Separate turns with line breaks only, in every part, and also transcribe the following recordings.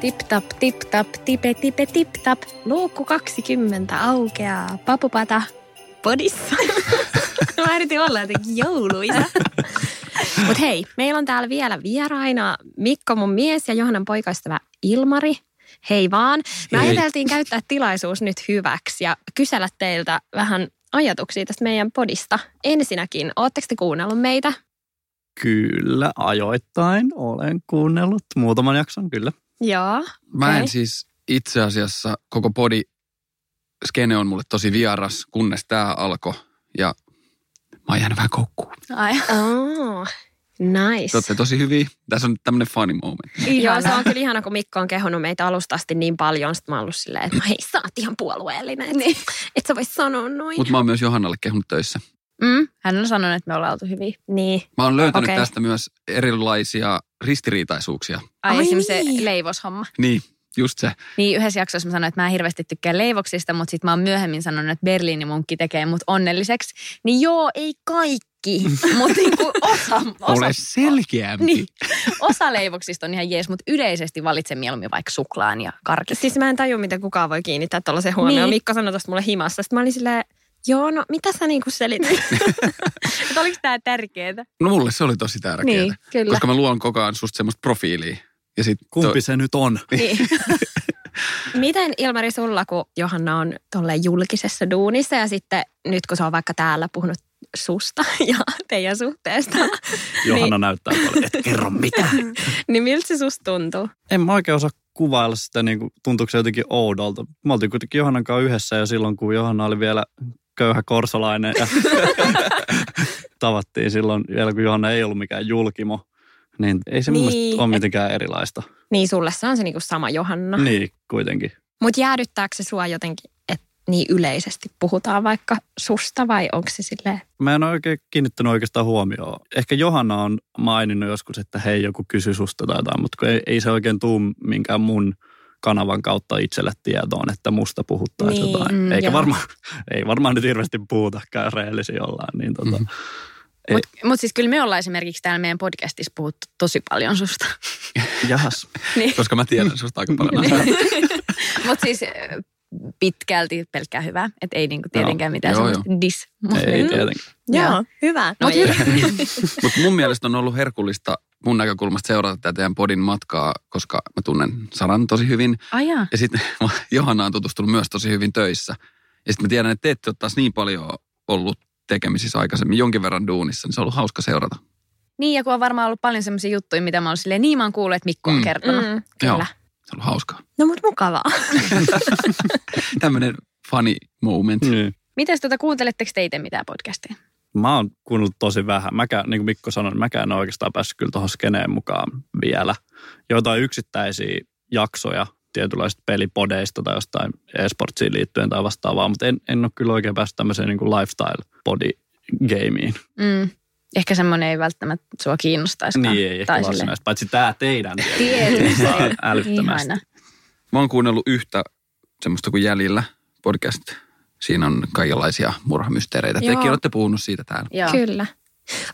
Tip tap, tip tap, tipe tipe tip tap. Luukku 20 aukeaa papupata podissa. Mä yritin olla jotenkin jouluisa. Mut hei, meillä on täällä vielä vieraina Mikko mun mies ja Johannan poikaystävä Ilmari. Hei vaan. Me
Hei.
ajateltiin käyttää tilaisuus nyt hyväksi ja kysellä teiltä vähän ajatuksia tästä meidän podista. Ensinnäkin, ootteko te kuunnellut meitä?
Kyllä, ajoittain olen kuunnellut muutaman jakson, kyllä.
Joo.
Mä
Okei.
en siis itse asiassa, koko podi skene on mulle tosi vieras, kunnes tää alkoi. Ja mä oon jäänyt vähän koukkuun.
Ai,
Oh, nice.
Te olette tosi hyviä. Tässä on tämmönen funny moment.
Niin.
Joo, se
ihana.
on kyllä ihana, kun Mikko on kehonut meitä alusta asti niin paljon. Sitten mä oon ollut silleen, että no hei, sä oot ihan puolueellinen. Et,
Niin.
et sä voi sanoa noin.
Mutta mä oon myös Johannalle kehunut töissä.
Mm, hän on sanonut, että me ollaan oltu hyviä.
Niin.
Mä oon löytänyt
Okei.
okay. tästä myös erilaisia ristiriitaisuuksia.
Ai,
Ai
Ai semmoisen
niin.
niin. leivoshomma.
Niin, just se.
Niin yhdessä jaksossa mä sanoin, että mä en hirveästi tykkää leivoksista, mutta sitten mä oon myöhemmin sanonut, että Berliinimunkki tekee mut onnelliseksi. Niin joo, ei kaikki, mutta niinku osa, osa,
Ole selkeämpi.
niin, osa leivoksista on ihan jees, mutta yleisesti valitsen mieluummin vaikka suklaan ja karkis.
Siis mä en tajua, miten kukaan voi kiinnittää tuollaisen huomioon. Niin.
Niin.
Mikko sanoi tosta mulle himassa. Sitten mä olin silleen, joo, no mitä sä niinku
Niin,
selitit?
Että oliko tämä tärkeää?
No mulle se oli tosi tärkeää.
Niin, kyllä.
Koska mä luon koko ajan susta semmoista profiilia. Ja sit
Kumpi se nyt on?
Niin.
Miten Ilmari sulla, kun Johanna on tolleen julkisessa duunissa ja sitten nyt kun se on vaikka täällä puhunut susta ja teidän suhteesta,
Johanna näyttää paljon, et kerro mitään.
niin miltä se susta tuntuu?
En mä oikein osaa kuvailla sitä, niin kuin, tuntuuko se jotenkin oudolta. Mä oltiin kuitenkin Johannan kanssa yhdessä jo silloin, kun Johanna oli vielä köyhä korsolainen. Ja tavattiin silloin vielä, kun Johanna ei ollut mikään julkimo. Niin ei se niin. mun
Niin.
mielestä ole mitenkään erilaista.
Niin sulle se on se niinku sama Johanna.
Niin, kuitenkin.
Mutta jäädyttääkö se sua jotenkin, että niin yleisesti puhutaan vaikka susta vai onko se silleen?
Mä en ole oikein kiinnittänyt oikeastaan huomioon. Ehkä Johanna on maininnut joskus, että hei, joku kysy susta tai jotain, mutta kun ei, ei se oikein tuu minkään mun kanavan kautta itselle tietoon, että musta puhuttaisiin
Niin,
niin, jotain.
mm,
Eikä
joo.
varmaan, ei varmaan nyt hirveästi puhutakaan rehellisiä ollaan. Niin tota,
Mm.
Mhm.
Ei.
Mutta mut siis kyllä me ollaan esimerkiksi täällä meidän podcastissa puhuttu tosi paljon susta.
jahas.
Niin.
Koska mä tiedän susta aika paljon.
Mutta siis äh, pitkälti pelkkää hyvää. Että ei niinku tietenkään mitään
Joo,
semmoista dis.
ei tietenkään.
Joo, hyvä.
No
Mut
ei.
Mutta mun mielestä on ollut herkullista mun näkökulmasta seurata tätä teidän podin matkaa, koska mä tunnen Saran tosi hyvin.
Ajaa.
Ja sitten Johanna on tutustunut myös tosi hyvin töissä. Ja sitten mä tiedän, että te ette ole taas niin paljon ollut tekemisissä aikaisemmin, jonkin verran duunissa, niin se on ollut hauska seurata.
Niin, ja kun on varmaan ollut paljon semmoisia juttuja, mitä mä oon silleen, niin mä oon kuullut, että Mikko on
Mm.
kertonut.
Mm.
Joo,
Kyllä.
se on ollut hauskaa.
No mut mukavaa.
Tämmöinen funny moment.
Niin.
Mites tota, kuunteletteko te itse mitään podcastia?
Mä oon kuunnellut tosi vähän. Mäkään, niin kuin Mikko sanoi, niin mäkään en ole oikeastaan päässyt kyllä tuohon skeneen mukaan vielä. Joitain yksittäisiä jaksoja tietynlaisista pelipodeista tai jostain e-sportsiin liittyen tai vastaavaa, mutta en, en ole kyllä oikein päässyt tämmöiseen niin lifestyle-podi gameiin.
Mm. Ehkä semmoinen ei välttämättä sua kiinnostaisikaan.
Niin ei ehkä
Tai
varsinaisesti, paitsi tämä teidän.
Tietysti.
Saa älyttömästi.
Ihana.
Mä oon kuunnellut yhtä semmoista kuin Jäljellä podcast. Siinä on kaikenlaisia murhamysteereitä.
Joo.
Tekin olette puhunut siitä täällä.
Joo.
Kyllä.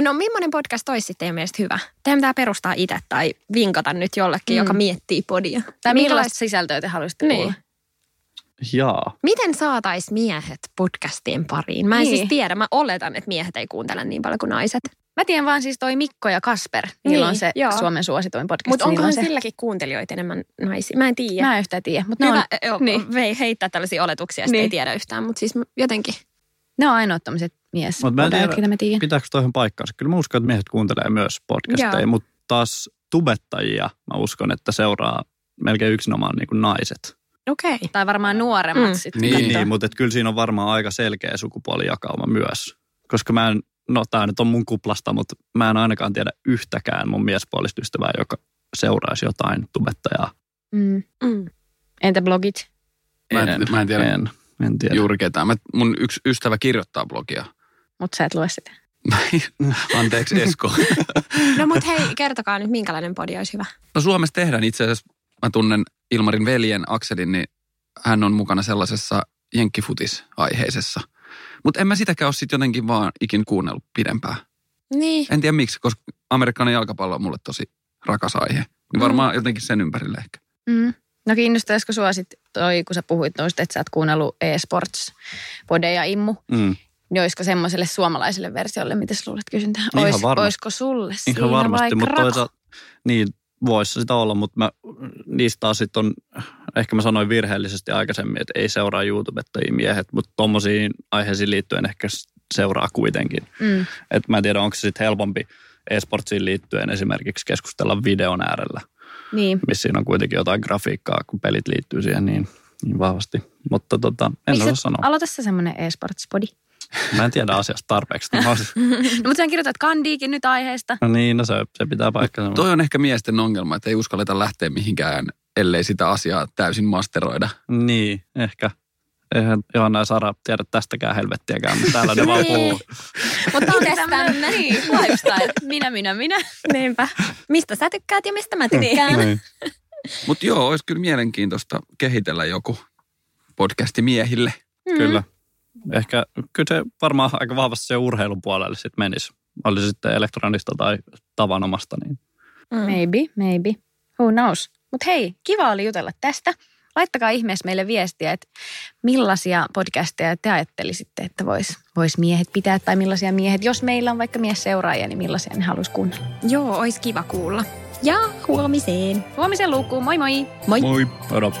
No millainen podcast olisi sitten teidän mielestä hyvä? Teidän pitää perustaa itse tai vinkata nyt jollekin, mm.
Mm.
joka miettii podia. Millais-
Tai millaista sisältöä te haluaisitte
Niin.
kuulla?
Jaa.
Miten saatais miehet podcastien pariin? Mä en
Niin.
siis tiedä, mä oletan, että miehet ei kuuntele niin paljon kuin naiset.
Mä tiedän vaan siis toi Mikko ja Kasper.
Niin,
Niillä on se
joo.
Suomen suosituin podcast.
Mutta
Niillä
onkohan
on se.
silläkin kuuntelijoita enemmän naisia? Mä en tiedä.
Mä en yhtään tiedä, mutta
No,
ne on,
Hyvä, joo,
niin.
niin. vei heittää tällaisia oletuksia, niin.
Niin.
ei tiedä yhtään, mutta siis jotenkin.
ne on ainoat tommoset mies.
Mut mä en
podajat,
tiedä-
ketä mä tiedän.
Pitääkö toihin paikkaansa? Kyllä mä uskon, että miehet kuuntelee myös
Joo.
podcasteja, mutta taas tubettajia mä uskon, että seuraa melkein yksinomaan niin kuin naiset.
Okei. Okay.
Tai varmaan nuoremmat
Mm.
mm. sitten.
Niin.
Niin,
kattoo.
niin mutta et kyllä siinä on varmaan aika selkeä sukupuolijakauma myös. Koska mä en, no tämä nyt on mun kuplasta, mutta mä en ainakaan tiedä yhtäkään mun miespuolista ystävää, joka seuraisi jotain tubettajaa.
Mm.
Mm.
Entä blogit?
Mä en- mä en tiedä.
En, en tiedä.
Juuri ketään. Mä, mun yksi ystävä kirjoittaa blogia.
Mutta sä et lue sitä.
Anteeksi Esko.
No mut hei, kertokaa nyt, minkälainen podi olisi hyvä.
No Suomessa tehdään itse asiassa, mä tunnen Ilmarin veljen Akselin, niin hän on mukana sellaisessa jenkkifutis-aiheisessa. Mutta en mä sitäkään ole sitten jotenkin vaan ikin kuunnellut pidempään.
Niin.
En tiedä miksi, koska amerikkalainen jalkapallo on mulle tosi rakas aihe. Niin varmaan jotenkin sen ympärille ehkä.
Mm. No kiinnostaisiko sua sit toi, kun sä puhuit noista, että sä oot kuunnellut e-sports-podeja Immu,
Mm.
niin olisiko semmoiselle suomalaiselle versiolle, mitä sä luulet kysyntää?
Ihan
Ois,
varma-
olisiko sulle siinä
Ihan varmasti,
vaikka
mutta
rako?
toisaalta, niin voisi sitä olla, mutta mä, niistä taas sit on, ehkä mä sanoin virheellisesti aikaisemmin, että ei seuraa YouTubettajia miehet, mutta tommosiin aiheisiin liittyen ehkä s- seuraa kuitenkin.
Mm.
Et mä en tiedä, onko se sitten helpompi esportsiin liittyen esimerkiksi keskustella videon äärellä,
Niin.
missä siinä on kuitenkin jotain grafiikkaa, kun pelit liittyy siihen niin, niin vahvasti. Mutta tota, en
Miksi
osaa
et-
sanoa.
Aloita se semmoinen e-sports-podi.
Mä en tiedä asiasta tarpeeksi. niin Mä olisin-
No, mutta sä kirjoitat kandiikin nyt aiheesta.
No niin, no se, se pitää paikkansa.
Toi on ehkä miesten ongelma, että ei uskalleta lähteä mihinkään, ellei sitä asiaa täysin masteroida.
Niin, ehkä. Eihän Johanna ja Sara tiedä tästäkään helvettiäkään, mutta täällä ne vaan puhuu.
Mutta on
Itsestään.
tämmöinen niin, lifestyle. Minä, minä, minä.
Niinpä. Mistä sä tykkäät ja mistä mä tykkään.
Niin.
Mutta joo, olisi kyllä mielenkiintoista kehitellä joku podcasti miehille.
Kyllä. Ehkä kyllä se varmaan aika vahvasti se urheilun puolelle sitten menisi. Oli se sitten elektronista tai tavanomasta. Niin.
Maybe, maybe. Who knows? Mutta hei, kiva oli jutella tästä. Laittakaa ihmeessä meille viestiä, että millaisia podcasteja te ajattelisitte, että vois, vois miehet pitää tai millaisia miehet, jos meillä on vaikka mies seuraaja, niin millaisia ne haluaisi kuunnella.
Joo, olisi kiva kuulla. Ja huomiseen.
Huomisen lukuun, moi moi!
Moi.
Moi. Odot.